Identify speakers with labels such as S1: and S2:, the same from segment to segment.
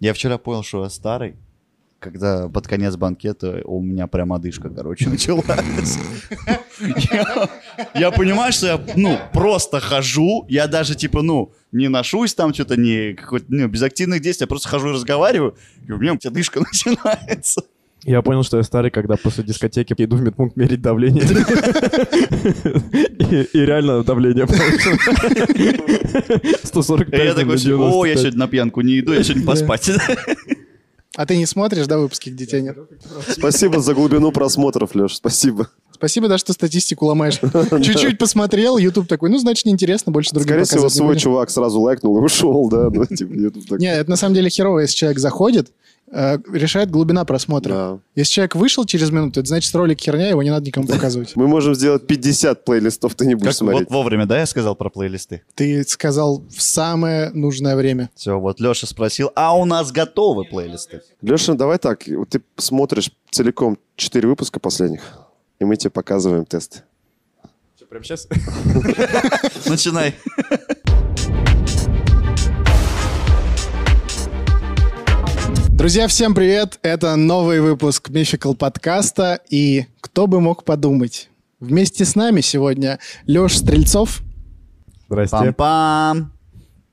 S1: Я вчера понял, что я старый, когда под конец банкета у меня прям одышка, короче, началась. Я- Я понимаю, что я, ну, просто хожу, я даже, типа, ну, не ношусь там что-то, не какой-то, ну, без активных действий, я просто хожу и разговариваю, и у меня у тебя дышка начинается.
S2: Я понял, что я старый, когда после дискотеки иду в медпункт мерить давление. И- И реально давление повышено. 145
S1: И я такой,
S2: на
S1: о, я
S2: 95.
S1: сегодня на пьянку не иду, я сегодня поспать.
S3: А ты не смотришь, да, выпуски, где тебя нет?
S4: Спасибо за глубину просмотров, Леш, спасибо.
S3: Спасибо, да, что статистику ломаешь. Чуть-чуть посмотрел, YouTube такой, ну, значит, неинтересно, больше другим
S4: Скорее всего,
S3: показывать не
S4: свой
S3: будем».
S4: чувак сразу лайкнул и ушел, да. ну, типа, YouTube так-
S3: Не, это на самом деле херово, если человек заходит, э, решает глубина просмотра.
S4: Да.
S3: Если человек вышел через минуту, это значит ролик херня, его не надо никому показывать.
S4: Мы можем сделать 50 плейлистов, ты не будешь
S1: Как
S4: смотреть.
S1: вот вовремя, да, я сказал про плейлисты?
S3: Ты сказал в самое нужное время.
S1: Все, вот Леша спросил, а у нас готовы плейлисты?
S4: Леша, давай так, вот ты смотришь целиком 4 выпуска последних, и мы тебе показываем тест.
S2: Чё, Прям сейчас?
S1: Начинай.
S3: Друзья, всем привет! Это новый выпуск Мификал подкаста. И кто бы мог подумать? Вместе с нами сегодня Леш Стрельцов.
S2: Здрасте.
S1: Пам-пам.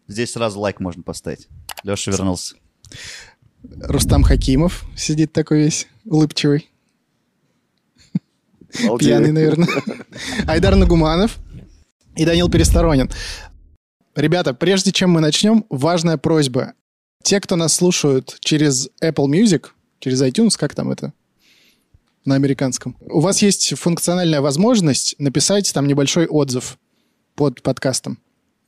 S1: Здесь сразу лайк можно поставить. Леша вернулся.
S3: Рустам Хакимов сидит такой весь улыбчивый,
S4: Обалдеть.
S3: пьяный, наверное. Айдар Нагуманов и Данил Пересторонин. Ребята, прежде чем мы начнем, важная просьба. Те, кто нас слушают через Apple Music, через iTunes, как там это? На американском. У вас есть функциональная возможность написать там небольшой отзыв под подкастом.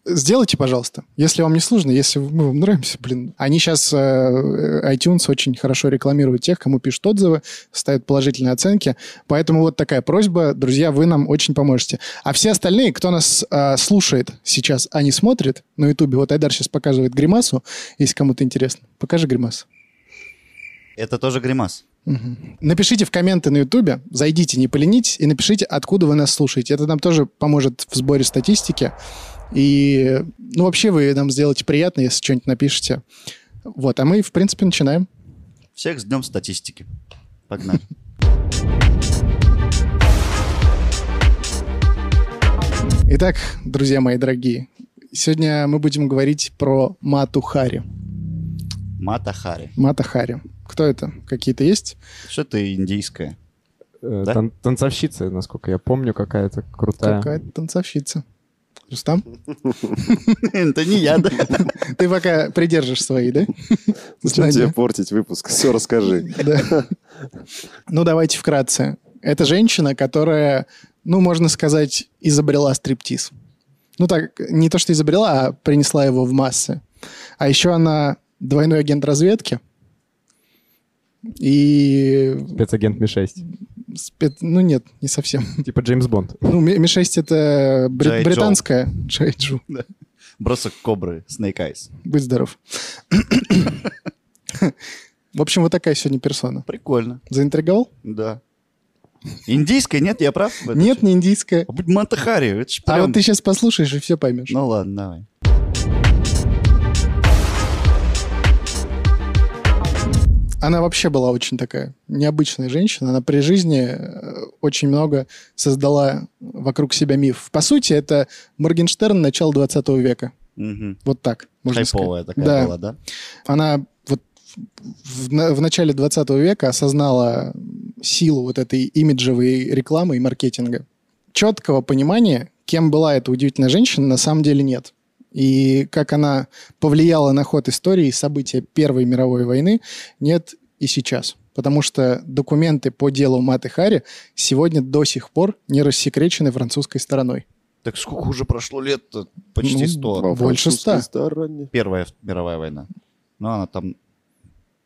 S3: Сделайте, пожалуйста, если вам не сложно, если мы вам нравимся, блин. Они сейчас, iTunes очень хорошо рекламируют тех, кому пишут отзывы, ставят положительные оценки. Поэтому вот такая просьба, друзья, вы нам очень поможете. А все остальные, кто нас э, слушает сейчас, а не смотрит на Ютубе, вот Айдар сейчас показывает гримасу, если кому-то интересно. Покажи гримасу.
S1: Это тоже гримас.
S3: Мгм. Напишите в комменты на Ютубе, зайдите, не поленитесь, и напишите, откуда вы нас слушаете. Это нам тоже поможет в сборе статистики. И, ну, вообще вы нам сделаете приятно, если что-нибудь напишете. Вот, а мы, в принципе, начинаем.
S1: Всех с днем статистики. Погнали.
S3: Итак, друзья мои дорогие, сегодня мы будем говорить про Мату Хари.
S1: Мата Хари.
S3: Мата Хари. Кто это? Какие-то есть?
S1: Что-то индийское.
S2: Э,
S1: Да?
S2: тан- Танцовщица, насколько я помню, какая-то крутая.
S3: Какая-то танцовщица. Рустам,
S1: Это не я, да?
S3: ты пока придержишь свои, да?
S4: Зачем тебе
S3: Знания.
S4: портить выпуск? Все расскажи.
S3: Да. Ну, давайте вкратце. Это женщина, которая, ну, можно сказать, изобрела стриптиз. Ну, так, не то, что изобрела, а принесла его в массы. А еще она двойной агент разведки. И...
S2: Спецагент Ми-6.
S3: спе- Ну, нет, не совсем.
S2: Типа Джеймс Бонд.
S3: Ну, Ми- Ми-6 это бри-
S1: Джей Джо.
S3: британская. Джей Джо.
S1: Бросок кобры, Snake Eyes.
S3: Будь здоров. В общем, вот такая сегодня персона.
S1: Прикольно,
S3: Заинтриговал?
S1: да. Индийское, нет, я прав? в этом?
S3: Нет, не индийская.
S1: А будь Мата Хари, это ж
S3: А
S1: прям-
S3: вот ты сейчас послушаешь и все поймешь.
S1: Ну ладно, давай.
S3: Она вообще была очень такая необычная женщина. Она при жизни э, очень много создала вокруг себя миф. По сути, это Моргенштерн начала 20 века.
S1: Мгм.
S3: Вот так, можно
S1: Хайповая
S3: сказать.
S1: такая
S3: да.
S1: была, да?
S3: Она вот в, на- в начале 20 века осознала силу вот этой имиджевой рекламы и маркетинга. Четкого понимания, кем была эта удивительная женщина, на самом деле нет. И как она повлияла на ход истории и события Первой мировой войны, нет и сейчас. Потому что документы по делу Маты Хари сегодня до сих пор не рассекречены французской стороной.
S1: Так сколько уже прошло лет-то? Почти
S3: Ну,
S1: сто.
S3: два. Больше ста.
S4: стороне.
S1: Первая мировая война. Ну, она там...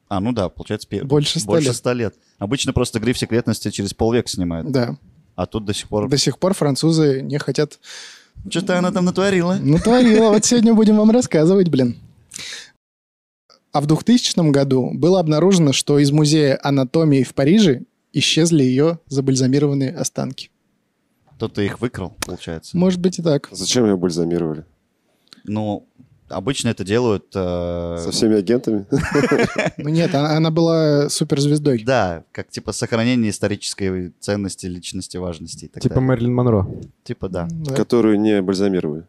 S1: А, ну да, получается, пе-
S3: Больше ста
S1: больше
S3: лет.
S1: ста лет. Обычно просто гриф секретности через полвека снимают.
S3: Да.
S1: А тут до сих пор...
S3: До сих пор французы не хотят
S1: Что-то она там натворила.
S3: Ну, творила. Вот сегодня будем вам рассказывать, блин. А в 2000 году было обнаружено, что из музея анатомии в Париже исчезли ее забальзамированные останки.
S1: Кто-то их выкрал, получается.
S3: Может быть и так.
S4: Зачем ее бальзамировали?
S1: Ну, Обычно это делают... э,
S4: Со всеми агентами.
S3: Ну нет, она, она была суперзвездой.
S1: Да, как типа сохранение исторической ценности, личности, важности и так
S2: Типа
S1: далее.
S2: Мэрилин Монро.
S1: Типа да.
S3: Да.
S4: Которую не бальзамировали.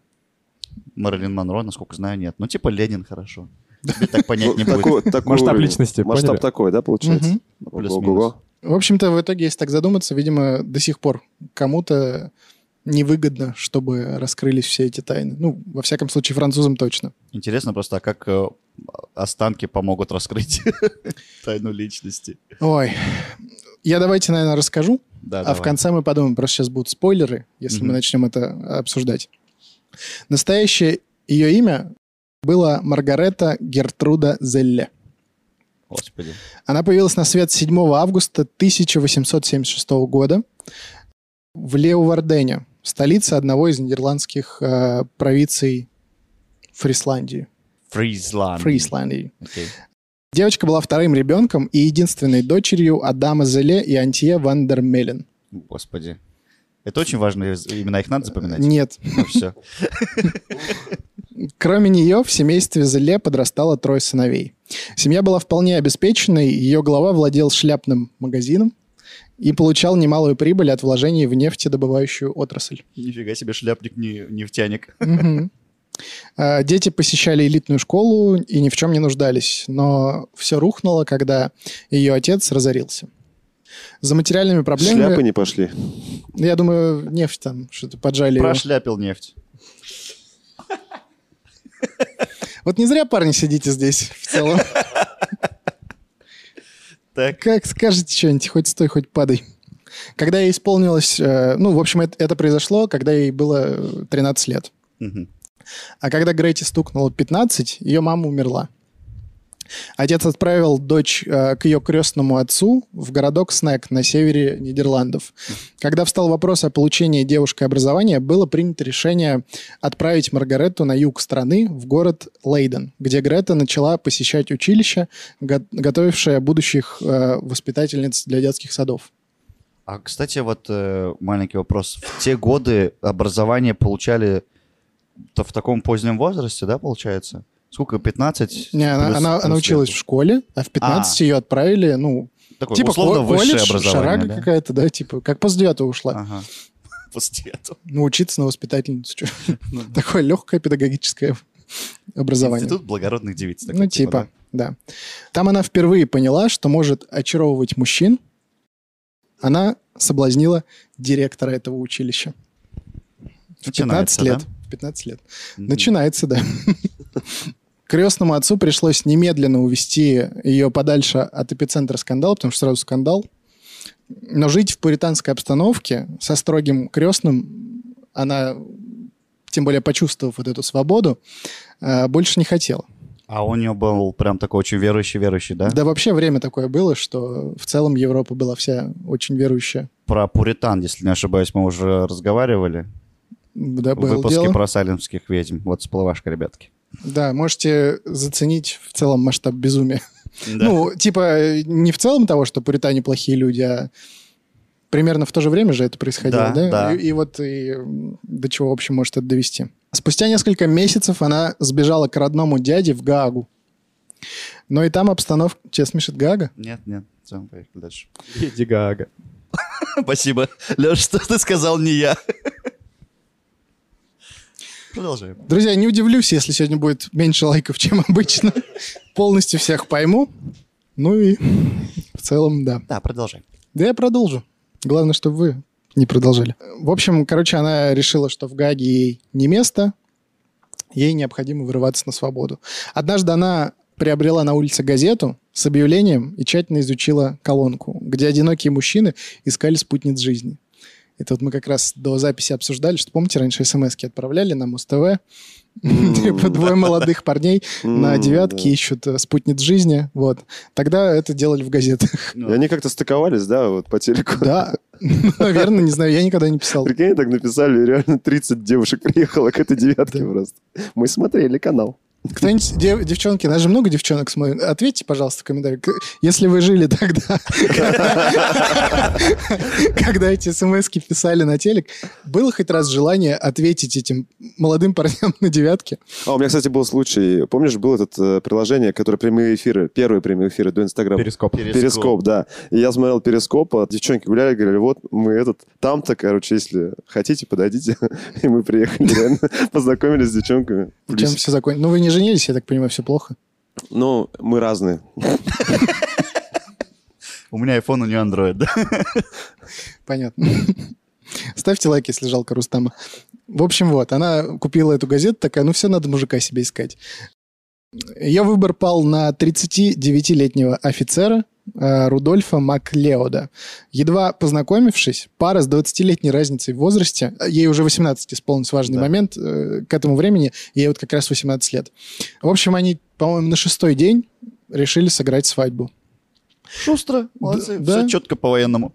S1: Мэрилин Монро, насколько знаю, нет. Ну типа Ленин, хорошо. Тебе так понять не
S4: Ну,
S1: будет.
S4: такой- такой
S2: Масштаб
S4: уровень.
S2: личности,
S4: Масштаб
S2: поняли?
S4: такой, да, получается?
S3: Мгм.
S1: Ну, плюс-минус.
S4: Ого-го.
S3: В общем-то, в итоге, если так задуматься, видимо, до сих пор кому-то невыгодно, чтобы раскрылись все эти тайны. Ну, во всяком случае, французам точно.
S1: Интересно просто, а как э, останки помогут раскрыть тайну личности?
S3: Ой, я давайте, наверное, расскажу.
S1: Да,
S3: А в
S1: давай.
S3: конце мы подумаем, просто сейчас будут спойлеры, если мы
S1: Мгм.
S3: начнем это обсуждать. Настоящее ее имя было Маргарета Гертруда Зелле.
S1: Господи.
S3: Она появилась на свет 7 августа 1876 года в Леувардене, столице одного из нидерландских э, провинций Фрисландии.
S1: Фризланд.
S3: Фрисландии.
S1: Окей.
S3: Девочка была вторым ребенком и единственной дочерью Адама Зеле и Антье Ван дер Мелен.
S1: Господи. Это очень важно, из- имена их надо запоминать.
S3: Нет,
S1: Ну, все.
S3: Кроме нее, в семействе Зеле подрастало трое сыновей. Семья была вполне обеспеченной, ее глава владел шляпным магазином и получал немалую прибыль от вложений в нефтедобывающую отрасль.
S1: Нифига себе, шляпник не нефтяник.
S3: Мгм. А, Дети посещали элитную школу и ни в чем не нуждались, но все рухнуло, когда ее отец разорился. За материальными проблемами...
S4: Шляпы не пошли.
S3: Я думаю, нефть там что-то поджали. его.
S1: Прошляпил нефть.
S3: Вот не зря, парни, сидите здесь в целом.
S1: Так.
S3: Как скажете что-нибудь, хоть стой, хоть падай. Когда ей исполнилось... э, ну, в общем, это, это произошло, когда ей было э, 13 лет.
S1: Мгм.
S3: А когда Грейти стукнуло 15, ее мама умерла. Отец отправил дочь э, к ее крестному отцу в городок Снег на севере Нидерландов. Когда встал вопрос о получении девушкой образования, было принято решение отправить Маргарету на юг страны, в город Лейден, где Грета начала посещать училище, го- готовившее будущих э, воспитательниц для детских садов.
S1: А, кстати, вот э, маленький вопрос. В те годы образование получали то в таком позднем возрасте, да, получается? Сколько, 15?
S3: Не, она,
S1: Плюс-
S3: она- она
S1: плюс
S3: училась
S1: лет.
S3: в школе, а в 15 ее отправили, ну,
S1: Такое
S3: типа
S1: условно
S3: ко-
S1: высшее
S3: колледж, шарага
S1: образование, да? А.
S3: какая-то, да, типа, как после девятого ушла.
S1: Ага. После этого.
S3: Научиться на воспитательницу. чё.
S1: Ну да.
S3: Такое легкое педагогическое образование.
S1: Институт благородных девиц. такой,
S3: Ну, типа, да. Там она впервые поняла, что может очаровывать мужчин. Она соблазнила директора этого училища.
S1: да?
S3: В 15
S1: Начинается,
S3: лет.
S1: да?
S3: В 15 лет.
S1: Мгм.
S3: Начинается, да. Крестному отцу пришлось немедленно увести ее подальше от эпицентра скандала, потому что сразу скандал. Но жить в пуританской обстановке со строгим крестным она, тем более почувствовав вот эту свободу, э, больше не хотела.
S1: А у нее был прям такой очень верующий-верующий, да?
S3: Да вообще время такое было, что в целом Европа была вся очень верующая.
S1: Про Пуритан, если не ошибаюсь, мы уже разговаривали.
S3: Да,
S1: в
S3: было
S1: выпуске
S3: дело.
S1: про салемских ведьм. Вот всплывашка, ребятки.
S3: Да, можете заценить в целом масштаб безумия.
S1: Да.
S3: Ну, типа, э, не в целом того, что пуритане плохие люди, а примерно в то же время же это происходило,
S1: Да,
S3: да?
S1: да.
S3: И, и вот и, м, до чего, в общем, может это довести. Спустя несколько месяцев она сбежала к родному дяде в Гаагу. Но и там обстановка... Тебя смешит Гаага?
S1: Нет, нет. Всё, поехали дальше.
S2: Леди Гага.
S1: Спасибо. Леш, что ты сказал, не я. Продолжаем.
S3: Друзья, не удивлюсь, если сегодня будет меньше лайков, чем обычно. Полностью всех пойму. Ну и в целом, да.
S1: Да, продолжаем.
S3: Да я продолжу. Главное, чтобы вы не продолжали. В общем, короче, она решила, что в Гаге ей не место, ей необходимо вырываться на свободу. Однажды она приобрела на улице газету с объявлением и тщательно изучила колонку, где одинокие мужчины искали спутниц жизни. Это вот мы как раз до записи обсуждали, что, помните, раньше смс отправляли на Муз-ТВ, типа двое молодых парней на
S4: М,
S3: девятке ищут э, спутниц жизни, вот. Тогда это делали в газетах.
S4: да. И они как-то стыковались, да, вот по телеку.
S3: Да, наверное, не знаю, я никогда не писал.
S4: Прикинь, они так написали, реально 30 девушек приехало к этой девятке просто. Мы смотрели канал.
S3: Кто-нибудь, дев- девчонки, нас же много девчонок смотрит. Ответьте, пожалуйста, в комментариях, к- если вы жили тогда, когда эти смс писали на телек, было хоть раз желание ответить этим молодым парням на девятке?
S4: А у меня, кстати, был случай. Помнишь, было это э, приложение, которое прямые эфиры, первые прямые эфиры до Инстаграма.
S2: Перископ.
S4: Перископ, да. И я смотрел Перископ, а девчонки гуляли, говорили, вот мы этот, там-то, короче, если хотите, подойдите. И мы приехали, реально, познакомились с девчонками.
S3: Чем все закончилось? Ну, вы не женились, я так понимаю, все плохо.
S4: Ну, мы разные.
S1: У меня iPhone, у нее Android, да?
S3: Понятно. Ставьте лайк, если жалко Рустама. В общем, вот, она купила эту газету, такая, ну все, надо мужика себе искать. Ее выбор пал на 39-летнего офицера э, Рудольфа Маклеода. Едва познакомившись, пара с 20-летней разницей в возрасте, э, ей уже 18 исполнился важный
S1: Да.
S3: момент, э, к этому времени ей вот как раз 18 лет. В общем, они, по-моему, на шестой день решили сыграть свадьбу.
S1: Шустро, молодцы,
S3: Да, да.
S1: все четко по-военному.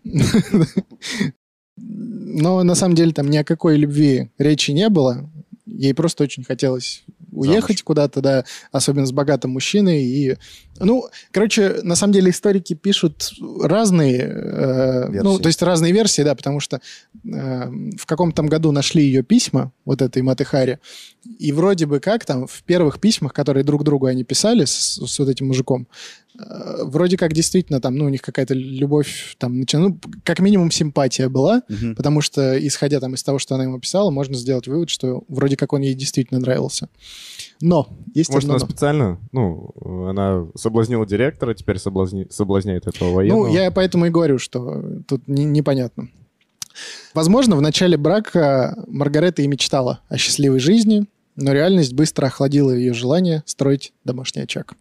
S3: Но на самом деле там ни о какой любви речи не было. Ей просто очень хотелось уехать куда-то, да, особенно с богатым мужчиной. И, ну, короче, на самом деле историки пишут разные, э, ну,
S1: Версии.
S3: то есть разные версии, да, потому что э, в каком-то там году нашли ее письма, вот этой Матыхари, и вроде бы как там в первых письмах, которые друг другу они писали с, с вот этим мужиком, э, вроде как действительно там, ну, у них какая-то любовь там, начи- ну, как минимум симпатия была,
S1: Мгм.
S3: Потому что, исходя там из того, что она ему писала, можно сделать вывод, что вроде как он ей действительно нравился. Но есть
S2: Может, она
S3: одно но.
S2: специально, ну, она соблазнила директора, теперь соблазни- соблазняет этого военного.
S3: Ну, я поэтому и говорю, что тут не- непонятно. Возможно, в начале брака Маргарета и мечтала о счастливой жизни, но реальность быстро охладила ее желание строить домашний очаг.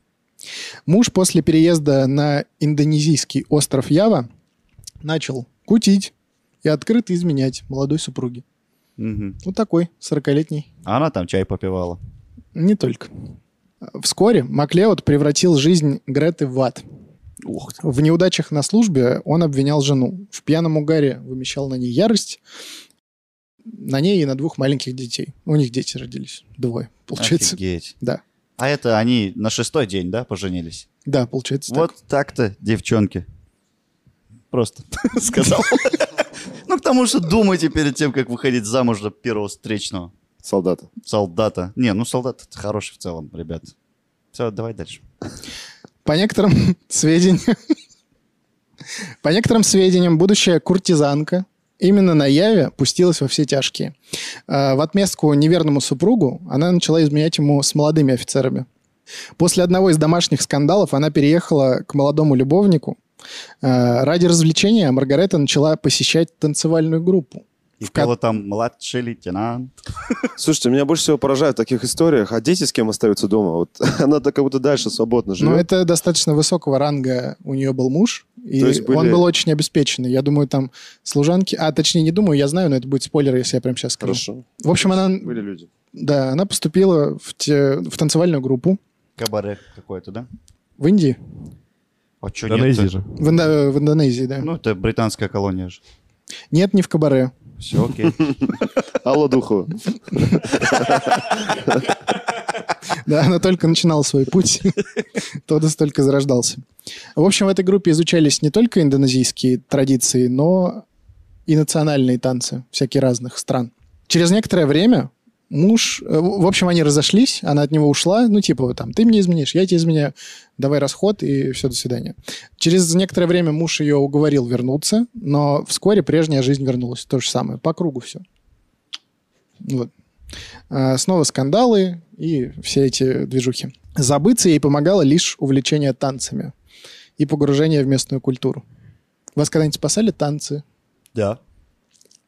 S3: Муж после переезда на индонезийский остров Ява начал кутить и открыто изменять молодой супруге.
S1: Мгм.
S3: Вот такой 40-летний
S1: А она там чай попивала.
S3: Не только. Вскоре Маклеод превратил жизнь Греты в ад.
S1: Ух ты.
S3: В неудачах на службе он обвинял жену. В пьяном угаре вымещал на ней ярость. На ней и на двух маленьких детей. У них дети родились. Двое, получается.
S1: Офигеть.
S3: Да.
S1: А это они на шестой день, да, поженились?
S3: Да, получается так.
S1: Вот так-то, девчонки. Просто сказал. Ну, к тому что думайте перед тем, как выходить замуж за первого встречного
S4: Солдаты.
S1: солдата. Не, ну солдат это хороший в целом, ребят. Все, давай дальше.
S3: По некоторым сведениям... По некоторым сведениям, будущая куртизанка именно на Яве пустилась во все тяжкие. А, В отместку неверному супругу она начала изменять ему с молодыми офицерами. После одного из домашних скандалов она переехала к молодому любовнику. А, Ради развлечения Маргарета начала посещать танцевальную группу.
S1: И
S3: В кат-
S1: кого там младший лейтенант?
S4: Слушайте, меня больше всего поражает в таких историях, а дети с кем остаются дома? Вот она так как будто дальше свободно
S3: Но
S4: живет.
S3: Ну, это достаточно высокого ранга у нее был муж, и
S4: То есть были-
S3: он был очень обеспеченный. Я думаю, там служанки... А, точнее, не думаю, я знаю, но это будет спойлер, если я прямо сейчас скажу.
S4: Хорошо.
S3: В общем, она,
S4: Были люди.
S3: да, она поступила в, те- в танцевальную группу
S1: Кабаре какой-то, да?
S3: в Индии,
S1: А чё
S2: Индонезии
S1: нет-то?
S2: же.
S3: в, Индо- э, в Индонезии, да.
S1: Ну, это британская колония же.
S3: Нет, не в кабаре.
S1: Все окей.
S4: Алло, Духова.
S3: Да, она только начинала свой путь. Тодос только зарождался. В общем, в этой группе изучались не только индонезийские традиции, но и национальные танцы всяких разных стран. Через некоторое время муж... э, В в общем, они разошлись, она от него ушла, ну, типа, там, ты мне изменишь, я тебе изменяю, давай расход, и все, до свидания. Через некоторое время муж ее уговорил вернуться, но вскоре прежняя жизнь вернулась, то же самое, по кругу все. Вот. А, Снова скандалы и все эти движухи. Забыться ей помогало лишь увлечение танцами и погружение в местную культуру. Вас когда-нибудь спасали танцы?
S1: Да.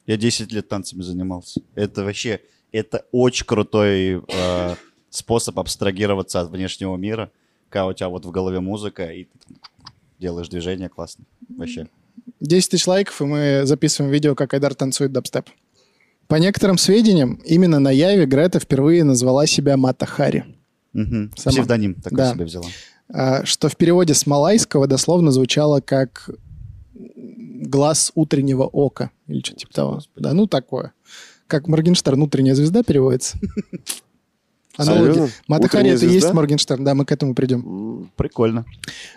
S1: Я 10 лет танцами занимался. Это вообще, это очень крутой э, способ абстрагироваться от внешнего мира, когда у тебя вот в голове музыка, и ты там делаешь движение классно. Вообще.
S3: 10 тысяч лайков, и мы записываем видео, как Айдар танцует дабстеп. По некоторым сведениям, именно на Яве Грета впервые назвала себя Мата Хари,
S1: Мгм.
S3: Сама.
S1: Псевдоним такой
S3: Да.
S1: себе взяла.
S3: а, что в переводе с малайского дословно звучало как «глаз утреннего ока» или что-то типа того.
S1: Господи.
S3: Да, ну такое. Как Моргенштерн «Утренняя звезда» переводится. Аналоги.
S4: Серьезно?
S3: Матахари
S4: Утренняя
S3: это и есть
S4: звезда?
S3: Моргенштерн, да, мы к этому придем.
S4: М,
S1: Прикольно.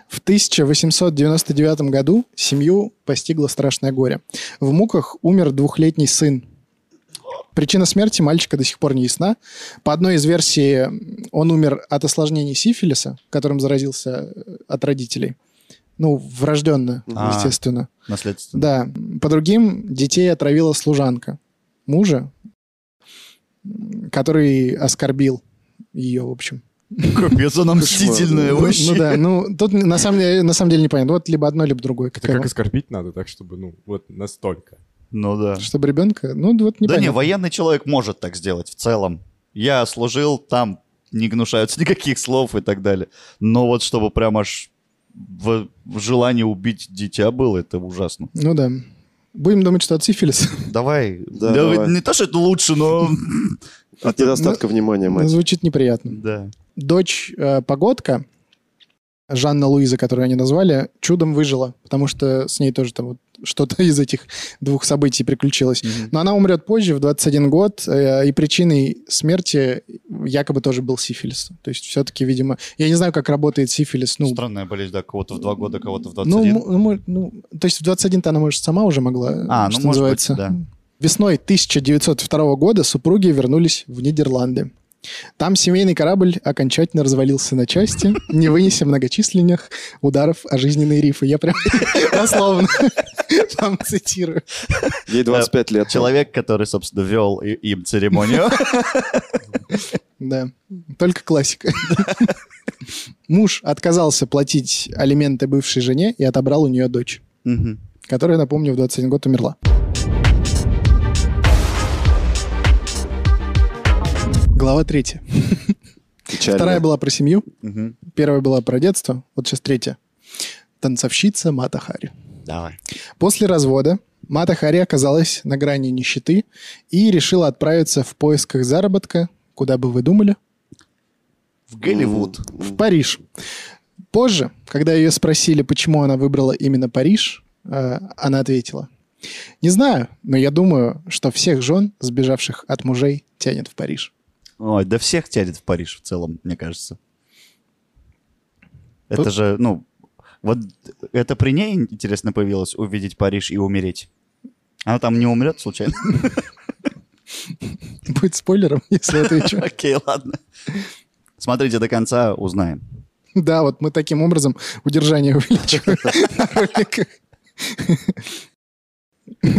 S3: В 1899 году семью постигло страшное горе. В муках умер двухлетний сын. Причина смерти мальчика до сих пор не ясна. По одной из версий, он умер от осложнений сифилиса, которым заразился э, от родителей. Ну, врожденно,
S1: А.
S3: естественно.
S1: Наследственно.
S3: Да, по другим детей отравила служанка мужа, м, который оскорбил ее, в общем.
S1: Капец, она мстительная
S3: Ну,
S1: Э, вообще.
S3: Ну да, ну тут на самом, деле, на самом деле непонятно. Вот либо одно, либо другое.
S2: Это
S3: Какая
S2: как
S3: вот-
S2: оскорбить надо, так чтобы, ну, вот настолько.
S1: Ну да.
S3: Чтобы ребенка... Ну вот
S1: Да не,
S3: непонятно.
S1: военный человек может так сделать в целом. Я служил, там не гнушаются никаких слов и так далее. Но вот чтобы прям аж в, в желании убить дитя было, это ужасно.
S3: Ну да. Будем думать, что от сифилиса.
S1: Давай.
S4: Да,
S1: Да,
S4: давай.
S1: Не то, что это лучше, но...
S4: От недостатка внимания,
S3: Ну,
S4: мать.
S3: Звучит неприятно.
S1: Да.
S3: Дочь э, Погодка, Жанна Луиза, которую они назвали, чудом выжила, потому что с ней тоже там вот что-то из этих двух событий приключилось. Но она умрет позже, в 21 год, э, и причиной смерти якобы тоже был сифилис. То есть все-таки, видимо... Я не знаю, как работает сифилис. Ну,
S1: Странная болезнь, да, кого-то в два года, кого-то в
S3: Ну,
S1: 21.
S3: м- ну, может, ну, то есть в 21-то она, может, сама уже могла,
S1: А, ну,
S3: что
S1: может
S3: называется.
S1: быть, да.
S3: Весной 1902 года супруги вернулись в Нидерланды. Там семейный корабль окончательно развалился на части, не вынеся многочисленных ударов о жизненные рифы. Я прям дословно вам цитирую.
S4: Ей 25
S3: э,
S4: лет.
S1: Человек, который, собственно, вел и- им церемонию.
S3: Да, только классика. Муж отказался платить алименты бывшей жене и отобрал у нее дочь.
S1: Мгм.
S3: которая, напомню, в 21 год умерла. Глава третья.
S4: Печально.
S3: Вторая была про семью,
S1: Мгм.
S3: первая была про детство, вот сейчас третья. Танцовщица Мата Хари.
S1: Давай.
S3: После развода Мата Хари оказалась на грани нищеты и решила отправиться в поисках заработка, куда бы вы думали,
S1: В Голливуд.
S3: в Париж. Позже, когда ее спросили, почему она выбрала именно Париж, э, она ответила. Не знаю, но я думаю, что всех жен, сбежавших от мужей, тянет в Париж.
S1: Ой, да всех тянет в Париж в целом, мне кажется. Это
S3: Тут-
S1: же, ну, вот это при ней интересно появилось увидеть Париж и умереть. Она там не умрет случайно?
S3: Будет спойлером, если отвечу.
S1: Окей, ладно. Смотрите до конца, узнаем.
S3: Да, вот мы таким образом удержание увеличиваем на роликах.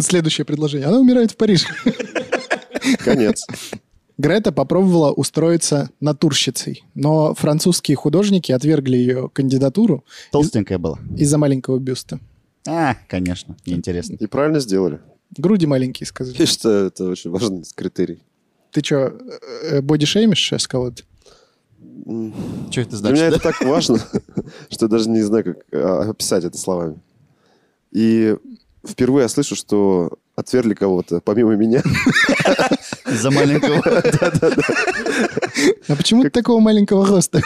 S3: Следующее предложение. Она умирает в Париже.
S4: Конец.
S3: Грета попробовала устроиться натурщицей, но французские художники отвергли ее кандидатуру
S1: Толстенькая была.
S3: из-за маленького бюста.
S1: А, конечно, неинтересно.
S4: И правильно сделали.
S3: Груди маленькие, сказали.
S4: Я считаю, это очень важный критерий.
S3: Ты что, бодишеймишь сейчас кого-то?
S4: М.
S1: Что это
S4: Для меня это так важно, что я даже не знаю, как а, описать это словами. И впервые я слышу, что отвергли кого-то, помимо меня.
S1: Из-за маленького...
S3: А почему ты такого маленького роста?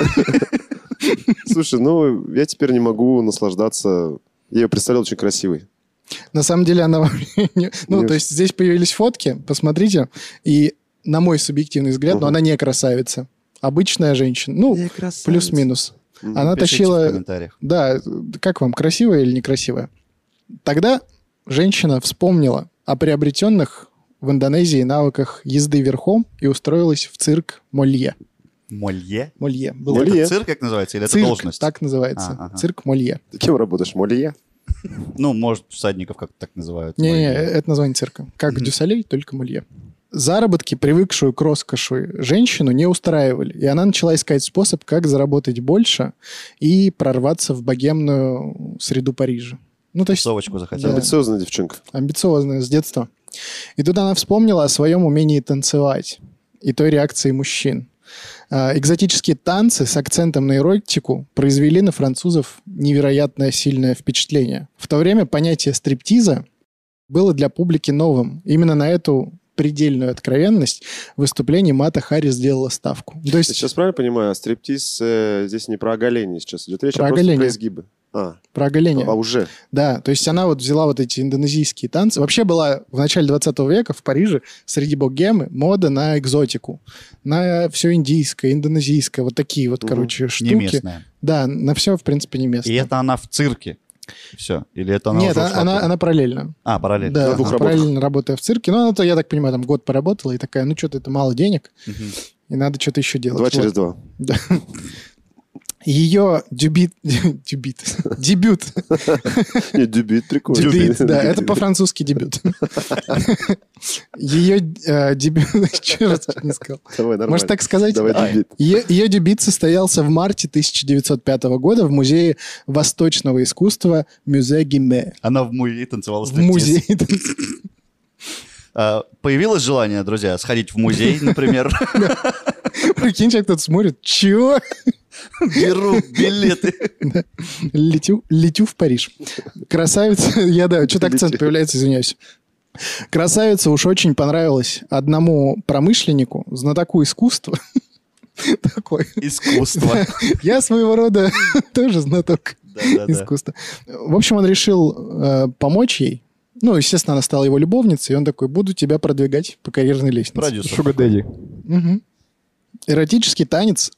S4: Слушай, ну, я теперь не могу наслаждаться... Я ее представлял очень красивой.
S3: На самом деле она... во мне не- Ну,
S4: Нет.
S3: то есть здесь появились фотки, посмотрите. И на мой субъективный взгляд, но
S4: Мгм.
S3: она не красавица. Обычная женщина. Ну, плюс-минус.
S4: Мгм.
S1: Пишите
S3: Она
S1: в
S3: тащила...
S1: комментариях.
S3: Да, как вам, красивая или некрасивая? Тогда женщина вспомнила о приобретенных в Индонезии навыках езды верхом и устроилась в цирк Молье.
S1: Молье?
S3: Молье. был
S4: Молье.
S3: такой
S1: Это цирк, как называется, или это
S3: цирк,
S1: должность?
S3: так называется.
S1: А, ага.
S3: Цирк Молье.
S4: Ты кем работаешь? Молье?
S1: Ну, может, всадников как-то так называют.
S3: Не, не,
S1: Молье.
S3: это название цирка. Как
S1: Мгм.
S3: Дюсалей, только Молье. Заработки, привыкшую к роскоши женщину, не устраивали, и она начала искать способ, как заработать больше и прорваться в богемную среду Парижа. Ну, то есть
S1: Совочку захотел.
S3: Да.
S4: Амбициозная девчонка.
S3: амбициозная с детства. И тут она вспомнила о своем умении танцевать и той реакции мужчин. А, Экзотические танцы с акцентом на эротику произвели на французов невероятное сильное впечатление. В то время понятие стриптиза было для публики новым. Именно на эту предельную откровенность в выступлении Мата Харри сделала ставку. То
S4: Я
S3: есть
S4: сейчас правильно понимаю, стриптиз э, а здесь не про оголение сейчас идет речь,
S3: Про
S4: а просто
S3: оголение.
S4: про изгибы. А,
S3: Про оголение.
S4: а уже.
S3: Да, то есть она вот взяла вот эти индонезийские танцы. Вообще была в начале 20 века в Париже среди богемы мода на экзотику. На все индийское, индонезийское, вот такие вот,
S4: Мгм.
S3: короче, штуки.
S1: Не местная.
S3: Да, на все, в принципе, не местное.
S1: И это она в цирке. Все. Или это она
S3: Нет,
S1: уже
S3: она,
S1: ушла
S3: она,
S1: туда?
S3: она параллельно.
S1: А, параллельно.
S3: Да,
S4: На двух
S3: она
S4: работах.
S3: параллельно работая в цирке. Но она-то, я так понимаю, там год поработала и такая, ну что-то это мало денег,
S1: Мгм.
S3: и надо что-то еще делать.
S4: Два
S3: Вот.
S4: через два.
S3: Ее дебют... дебют. Дебют.
S4: Нет, дебют прикольно.
S3: Дебют, да. Это по-французски дебют. Ее дебют... Еще раз чуть не сказал.
S4: Давай, нормально.
S3: Может так сказать?
S4: Давай дебют.
S3: Ее, ее дебют состоялся в марте 1905 года в Музее восточного искусства Мюзе Гиме.
S1: Она в музее танцевала
S3: В
S1: стриптиз.
S3: музее.
S1: А, Появилось желание, друзья, сходить в музей, например.
S3: Прикиньте, кто-то смотрит. Чего?
S1: Беру билеты.
S3: Летю, летю в Париж. Красавица, я да, что-то акцент
S4: Летю.
S3: появляется, извиняюсь. Красавица уж очень понравилась одному промышленнику, знатоку искусства. Такой.
S1: Искусство.
S3: Я своего рода тоже знаток
S1: Да-да-да.
S3: искусства. В общем, он решил э, помочь ей. Ну, естественно, она стала его любовницей, и он такой, буду тебя продвигать по карьерной лестнице.
S1: Продюсер.
S2: Шуга Дэдди.
S3: Мгм. Эротический танец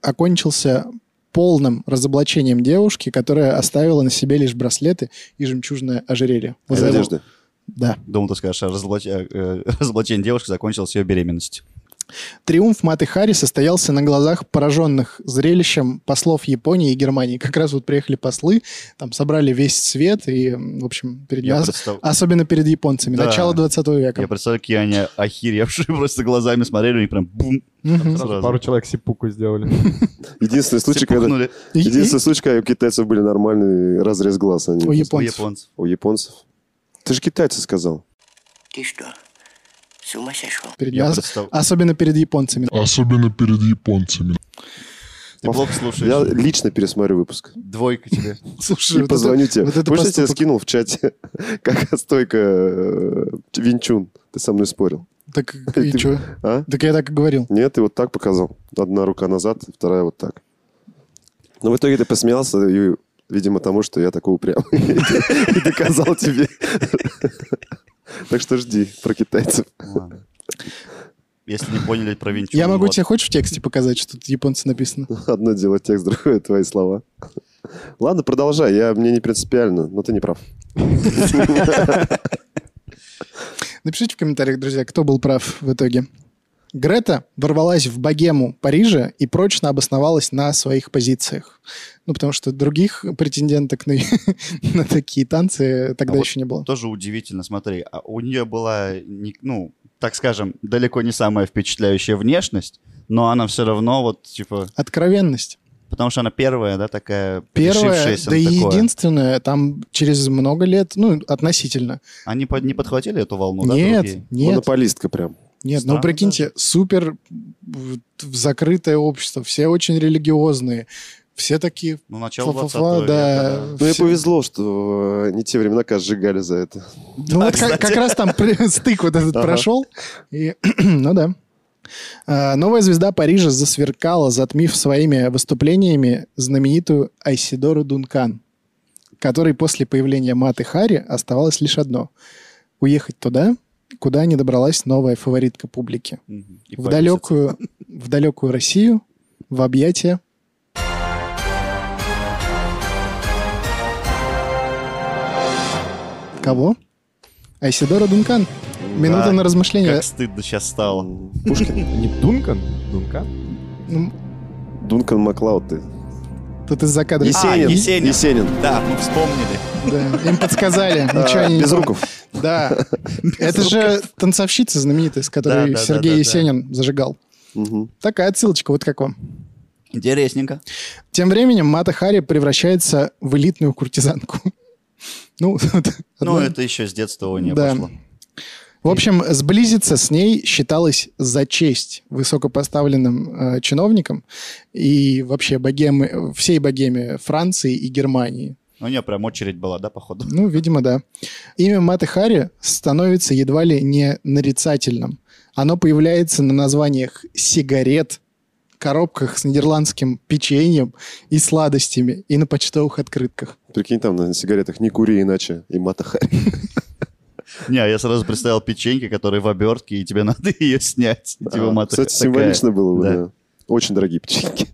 S3: окончился полным разоблачением девушки, которая оставила на себе лишь браслеты и жемчужное ожерелье. Вот
S4: Без
S3: это-
S4: одежды.
S3: Да.
S1: Думал, ты скажешь, а разоблач- э, э, разоблачение девушки закончилось ее беременностью.
S3: Триумф Маты Хари состоялся на глазах пораженных зрелищем послов Японии и Германии. Как раз вот приехали послы, там собрали весь свет и, м, в общем, перед
S1: Я
S3: ос-
S1: представ-
S3: Особенно перед японцами.
S1: Да.
S3: Начало 20 века.
S1: Я представляю, какие они охеревшие просто глазами смотрели, у них прям бум.
S3: Мгм.
S1: Сразу.
S2: Пару человек сипуку сделали.
S4: Единственный случай,
S1: Все
S4: когда...
S1: пухнули.
S3: И- и-
S4: Единственный случай, когда у китайцев были нормальный разрез глаз.
S3: У
S4: Они...
S1: У
S3: японцев.
S1: японцев.
S4: У японцев. Ты же китайцы сказал.
S5: Ты что, с ума сошел?
S3: Перед
S1: Я
S3: ос-
S1: представ-
S3: Особенно перед японцами.
S6: особенно перед японцами.
S1: Ты плохо
S4: Я
S1: слушаешь.
S4: лично пересмотрю выпуск.
S1: Двойка тебе.
S3: Слушай,
S4: И
S3: вот это-
S4: позвоню тебе.
S3: вот это
S4: Помнишь, я тебе
S3: поступок.
S4: скинул в чате, как стойка э, Винчун. Ты со мной спорил.
S3: Так и
S4: Ты-
S3: чё?
S4: А?
S3: Так я так и говорил.
S4: Нет, ты вот так показал. Одна рука назад, вторая вот так. Но в итоге ты посмеялся, и, видимо, тому, что я такой упрямый. И доказал тебе. Так что жди про китайцев.
S1: Ладно. Если не поняли про Винчуна.
S3: Я могу
S1: вот.
S3: тебе хоть в тексте показать, что тут японцы написано.
S4: Одно дело текст, другое твои слова. Ладно, продолжай. Я, мне не принципиально, но ты не прав.
S3: Напишите в комментариях, друзья, кто был прав в итоге. Грета ворвалась в богему Парижа и прочно обосновалась на своих позициях. Ну, потому что других претенденток на, на такие танцы тогда
S1: А вот
S3: еще не было.
S1: Тоже удивительно, смотри. а У нее была, не- ну, так скажем, далеко не самая впечатляющая внешность, но она все равно вот, типа,
S3: Откровенность.
S1: потому что она первая, да, такая,
S3: Первая,
S1: решившаяся
S3: да и
S1: на такое.
S3: единственная, там через много лет, ну, относительно.
S1: Они под- не подхватили эту волну, Ну да,
S3: нет,
S1: другие?
S3: нет.
S4: Монополистка прям.
S3: Нет,
S1: Странно
S3: ну прикиньте, супер вот, закрытое общество, все очень религиозные, все такие...
S1: Ну, начало
S3: фа-фа-фа,
S1: 20
S3: да.
S1: века,
S4: Ну, и
S3: все-
S4: повезло, что э, не те времена, когда сжигали за это.
S3: Ну, вот как, как раз там при- стык вот этот
S4: Ага.
S3: прошел. И, ну да. А, Новая звезда Парижа засверкала, затмив своими выступлениями знаменитую Айсидору Дункан, которой после появления Маты Хари оставалось лишь одно — уехать туда, куда не добралась новая фаворитка публики.
S1: да. Мгм. И
S3: В
S1: повеситься.
S3: далекую, в далекую Россию, в объятия Кого? Айсидора Дункан. Минута
S1: Да,
S3: на размышление.
S1: Как стыдно сейчас стало.
S4: Пушкин.
S2: Не Дункан? Дункан?
S3: Ну,
S4: Дункан Маклауд ты.
S3: Тут из-за кадра.
S1: Есенин. А, Есенин.
S4: Есенин.
S1: Да, мы вспомнили.
S3: Да, Им подсказали.
S4: А,
S3: Ничего они не
S4: без
S3: пом-
S4: руков.
S3: Да. Это же танцовщица знаменитая, с которой
S1: Да, да, да,
S3: Сергей
S1: да,
S3: Есенин зажигал.
S4: Мгм.
S3: Такая отсылочка, вот как вам.
S1: Интересненько.
S3: Тем временем Мата Хари превращается в элитную куртизанку. Ну, вот
S1: Ну,
S3: одно-
S1: это еще с детства у нее
S3: Да.
S1: пошло.
S3: В общем, сблизиться с ней считалось за честь высокопоставленным э, чиновникам и вообще богемы, всей богеме Франции и Германии.
S1: У нее прям очередь была, да, походу?
S3: Ну, видимо, да. Имя Маты Хари становится едва ли не нарицательным. Оно появляется на названиях сигарет, коробках с нидерландским печеньем и сладостями, и на почтовых открытках.
S4: Прикинь, там на сигаретах не кури иначе, и матахари.
S1: Не, я сразу представил печеньки, которые в обертке, и тебе надо ее снять. И типа мата
S4: А, Кстати,
S1: такая.
S4: символично было бы,
S1: Да.
S4: да. Очень дорогие печеньки.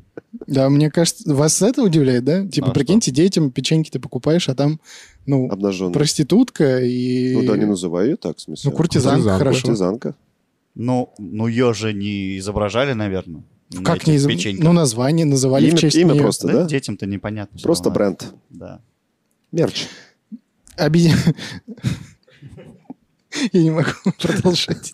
S3: Да, мне кажется, вас это удивляет, да? Типа,
S1: А
S3: прикиньте, детям печеньки ты покупаешь, а там, ну,
S4: Обнаженные.
S3: проститутка и...
S4: Ну да, не называй ее так, в смысле.
S3: Ну, куртизанка,
S2: Куртизанка.
S3: хорошо.
S4: Куртизанка.
S1: Ну, ну ее же не изображали, наверное. на
S3: Как
S1: этих
S3: не из-
S1: печеньках.
S3: Ну, название называли в
S4: Имя-
S3: честь
S4: имя
S3: неё.
S4: просто,
S1: да,
S4: да?
S1: детям-то непонятно. всё
S4: Просто
S1: равно.
S4: бренд.
S1: Да.
S4: Мерч.
S3: Объедин- Я не могу продолжать.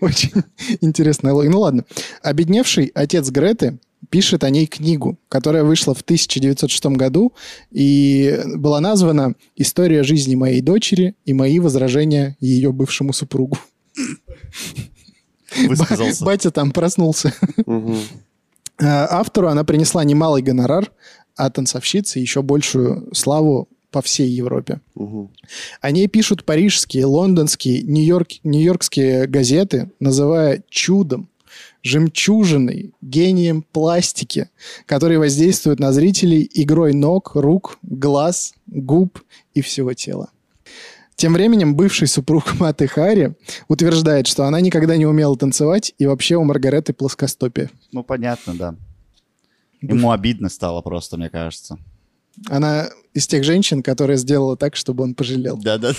S3: Очень интересная логика. Ну ладно. Обедневший отец Греты пишет о ней книгу, которая вышла в 1906 году и была названа «История жизни моей дочери и мои возражения ее бывшему супругу».
S1: Высказался.
S3: Батя там проснулся.
S4: Мгм.
S3: Э, Автору она принесла немалый гонорар, а танцовщице еще большую славу по всей Европе.
S4: Мгм.
S3: О ней пишут парижские, лондонские, нью-йорк, нью-йоркские газеты, называя чудом, жемчужиной, гением пластики, который воздействует на зрителей игрой ног, рук, глаз, губ и всего тела. Тем временем бывший супруг Маты Хари утверждает, что она никогда не умела танцевать и вообще у Маргареты плоскостопие.
S1: Ну, понятно, да. Ему обидно стало просто, мне кажется.
S3: Она из тех женщин, которая сделала так, чтобы он пожалел.
S1: Да-да.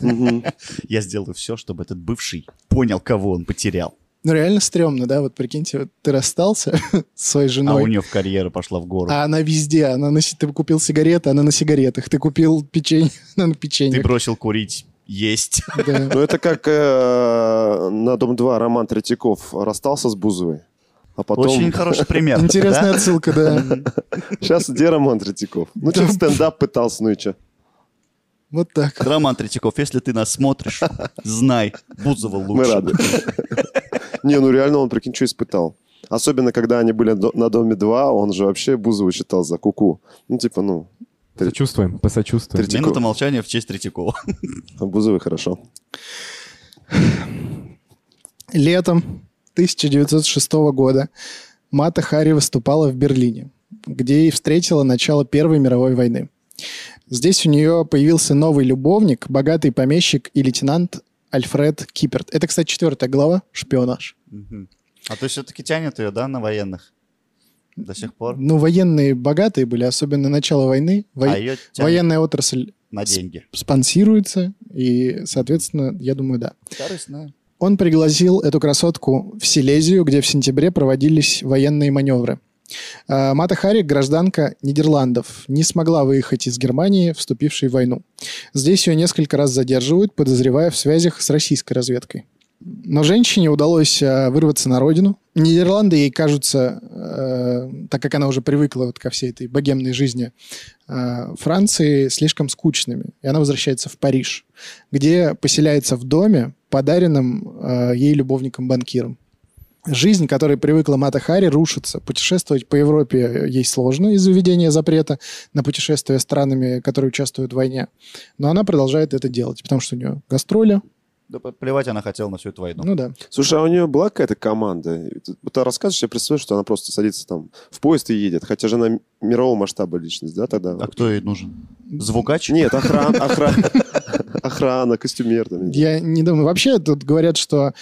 S4: Мгм.
S1: Я сделаю все, чтобы этот бывший понял, кого он потерял.
S3: Ну, реально стрёмно, да? Вот прикиньте, вот ты расстался с своей
S1: А
S3: женой.
S1: у нее в карьера пошла в гору.
S3: Ну, А она везде. Она на, си- ты купил сигареты, она на сигаретах. Ты купил печенье, она на
S1: Ты
S3: печенье.
S1: бросил курить, есть.
S4: Ну, это как э, на Дом-2 Роман Третьяков расстался с Бузовой. А потом...
S1: Очень хороший пример.
S3: Интересная
S1: да?
S3: отсылка, да.
S4: Сейчас где Роман Третьяков? Ну,
S3: Да.
S4: что стендап пытался, ну и что?
S3: Вот так.
S1: Роман Третьяков, если ты нас смотришь, знай, Бузова лучше.
S4: Мы рады. Не, ну реально он, прикинь, что испытал. Особенно, когда они были до- на Доме 2, он же вообще Бузову считал за куку. Ну, типа, ну,
S2: Сочувствуем, посочувствуем.
S4: Третьяков.
S1: Минута молчания в честь Третьякова.
S4: а Бузовой хорошо.
S3: Летом 1906 года Мата Хари выступала в Берлине, где и встретила начало Первой мировой войны. Здесь у нее появился новый любовник, богатый помещик и лейтенант Альфред Киперт. Это, кстати, четвертая глава «Шпионаж».
S1: Мгм. А то все-таки тянет ее, да, на военных? До сих пор?
S3: Ну, военные богатые были, особенно начало войны. Во-
S1: А ее тянет
S3: Военная отрасль
S1: на деньги.
S3: спонсируется, и, соответственно, я думаю, да.
S1: Корыстная.
S3: Он пригласил эту красотку в Силезию, где в сентябре проводились военные маневры. А, Мата Хари, гражданка Нидерландов, не смогла выехать из Германии, вступившей в войну. Здесь ее несколько раз задерживают, подозревая в связях с российской разведкой. Но женщине удалось э, вырваться на родину. Нидерланды ей кажутся, э, так как она уже привыкла вот ко всей этой богемной жизни э, Франции, слишком скучными. И она возвращается в Париж, где поселяется в доме, подаренном э, ей любовником-банкиром. Жизнь, к которой привыкла Мата Хари, рушится. Путешествовать по Европе ей сложно из-за введения запрета на путешествия странами, которые участвуют в войне. Но она продолжает это делать, потому что у нее гастроли.
S1: Да п- плевать она хотела на всю эту войну.
S3: Ну да.
S4: Слушай, а у нее была какая-то команда? Вот ты рассказываешь, я представляю, что она просто садится там в поезд и едет. Хотя же она м- мирового масштаба личность, да, тогда?
S1: А кто ей нужен? Звукач?
S4: Нет, охрана, охрана, охрана, костюмер. Там,
S3: Я не думаю. Вообще тут говорят, что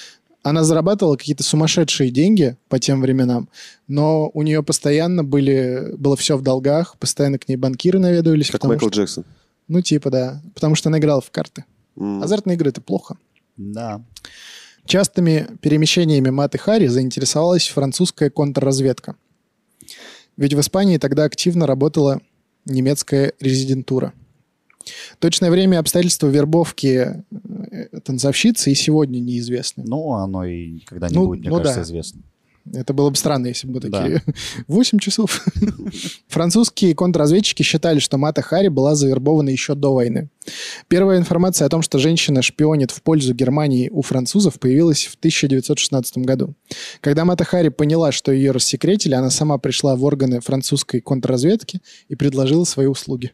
S3: она зарабатывала какие-то сумасшедшие деньги по тем временам, но у нее постоянно были, было все в долгах, постоянно к ней банкиры наведывались.
S4: как
S3: потому
S4: Майкл
S3: что-
S4: Джексон.
S3: Ну, типа, да. Потому что она играла в карты.
S4: М.
S3: Азартные игры — это плохо.
S1: Да.
S3: Частыми перемещениями Маты Хари заинтересовалась французская контрразведка. Ведь в Испании тогда активно работала немецкая резидентура. Точное время и обстоятельства вербовки э, танцовщицы и сегодня неизвестны.
S1: Ну, оно и никогда не
S3: Ну,
S1: будет, мне
S3: ну
S1: кажется,
S3: да.
S1: известно.
S3: Это было бы странно, если бы мы такие... 8 часов. Французские контрразведчики считали, что Мата Хари была завербована еще до войны. Первая информация о том, что женщина шпионит в пользу Германии у французов, появилась в 1916 году. Когда Мата Хари поняла, что ее рассекретили, она сама пришла в органы французской контрразведки и предложила свои услуги.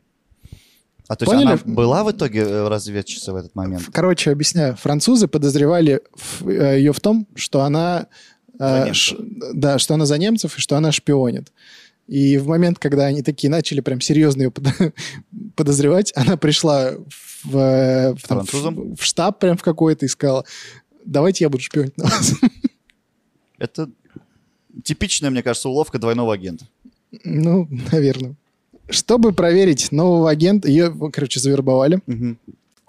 S1: А то есть
S3: Поняли?
S1: она была в итоге э, разведчица в этот момент?
S3: Короче, объясняю. Французы подозревали в- э, ее в том, что она э,
S1: За
S3: а,
S1: немцев.
S3: ш- да, что она за немцев и что она шпионит. И в момент, когда они такие начали прям серьезно ее под- подозревать, она пришла в, э, в, там, в-
S1: Французам?
S3: в штаб прям в какой-то и сказала, давайте я буду шпионить на вас.
S1: Это типичная, мне кажется, уловка двойного агента.
S3: Ну, наверное. Чтобы проверить нового агента, ее, короче, завербовали.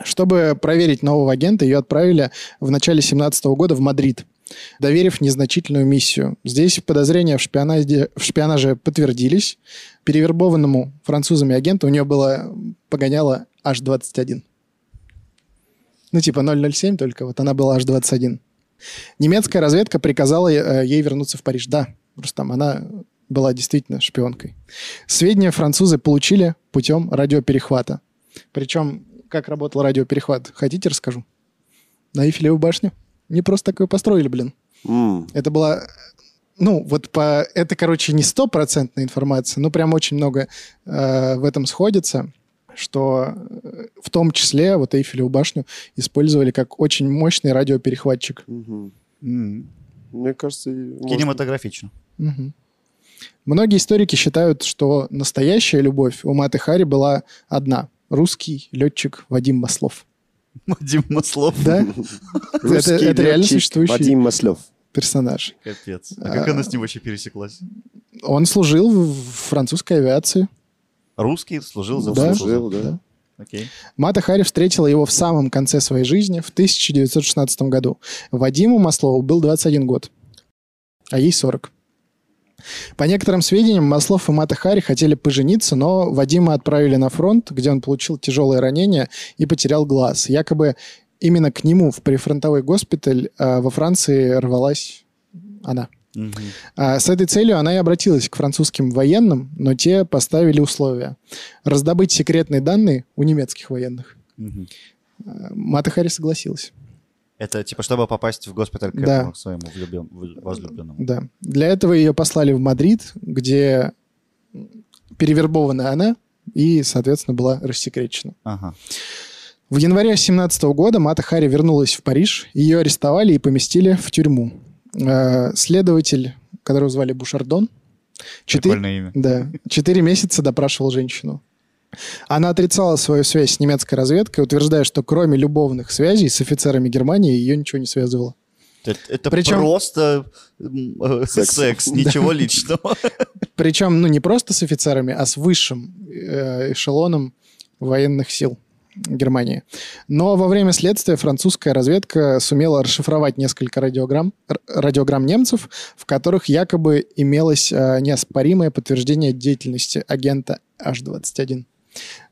S3: Чтобы проверить нового агента, ее отправили в начале 17 года в Мадрид, доверив незначительную миссию. Здесь подозрения в шпионаже, в шпионаже подтвердились. Перевербованному французами агенту у нее было погоняло H21. Ну, типа 007 только, вот она была H21. Немецкая разведка приказала э, ей вернуться в Париж. Да, просто там она была действительно шпионкой. Сведения французы получили путем радиоперехвата. Причем, как работал радиоперехват, хотите, расскажу? На Эйфелеву башню. Не просто такое построили, блин.
S4: М,
S3: Это была... Ну, вот по... Это, короче, не стопроцентная информация, но прям очень много э, в этом сходится, что э, в том числе вот Эйфелеву башню использовали как очень мощный радиоперехватчик.
S4: мгм.
S1: Мгм.
S4: Мне кажется, и можно.
S1: Кинематографично.
S3: Мгм. Многие историки считают, что настоящая любовь у Маты Хари была одна. Русский летчик Вадим Маслов.
S1: Вадим Маслов.
S3: Да?
S4: Русский
S3: это- это реально
S4: летчик
S3: существующий-
S4: Вадим Маслев.
S3: Персонаж.
S1: Капец. А как
S3: А.
S1: она с ним вообще пересеклась?
S3: Он служил в французской авиации.
S1: Русский служил за
S3: Да.
S1: французов.
S4: Жил, да.
S1: Окей.
S3: Мата Хари встретила его в самом конце своей жизни, в 1916 году. Вадиму Маслову был 21 год, а ей 40. По некоторым сведениям, Маслов и Мата Хари хотели пожениться, но Вадима отправили на фронт, где он получил тяжелое ранение и потерял глаз. Якобы именно к нему в прифронтовой госпиталь э, во Франции рвалась она.
S1: Мгм.
S3: А С этой целью она и обратилась к французским военным, но те поставили условия. Раздобыть секретные данные у немецких военных.
S1: Мгм.
S3: А, Мата Хари согласилась.
S1: Это типа, чтобы попасть в госпиталь к
S3: Да.
S1: этому, к своему влюблен- в- возлюбленному.
S3: Да. Для этого ее послали в Мадрид, где перевербована она и, соответственно, была рассекречена.
S1: Ага.
S3: В январе 17 года Мата Хари вернулась в Париж. Ее арестовали и поместили в тюрьму. Э, Следователь, которого звали Бушардон, четы-
S1: Прикольное имя.
S3: Да. Четыре месяца допрашивал женщину. Она отрицала свою связь с немецкой разведкой, утверждая, что кроме любовных связей с офицерами Германии ее ничего не связывало.
S1: Это, это
S3: Причем-
S1: просто м, э, секс,
S4: Секс.
S1: ничего личного.
S3: Причем, ну, не просто с офицерами, а с высшим э, эшелоном военных сил Германии. Но во время следствия французская разведка сумела расшифровать несколько радиограмм, р- радиограмм немцев, в которых якобы имелось э, неоспоримое подтверждение деятельности агента H21.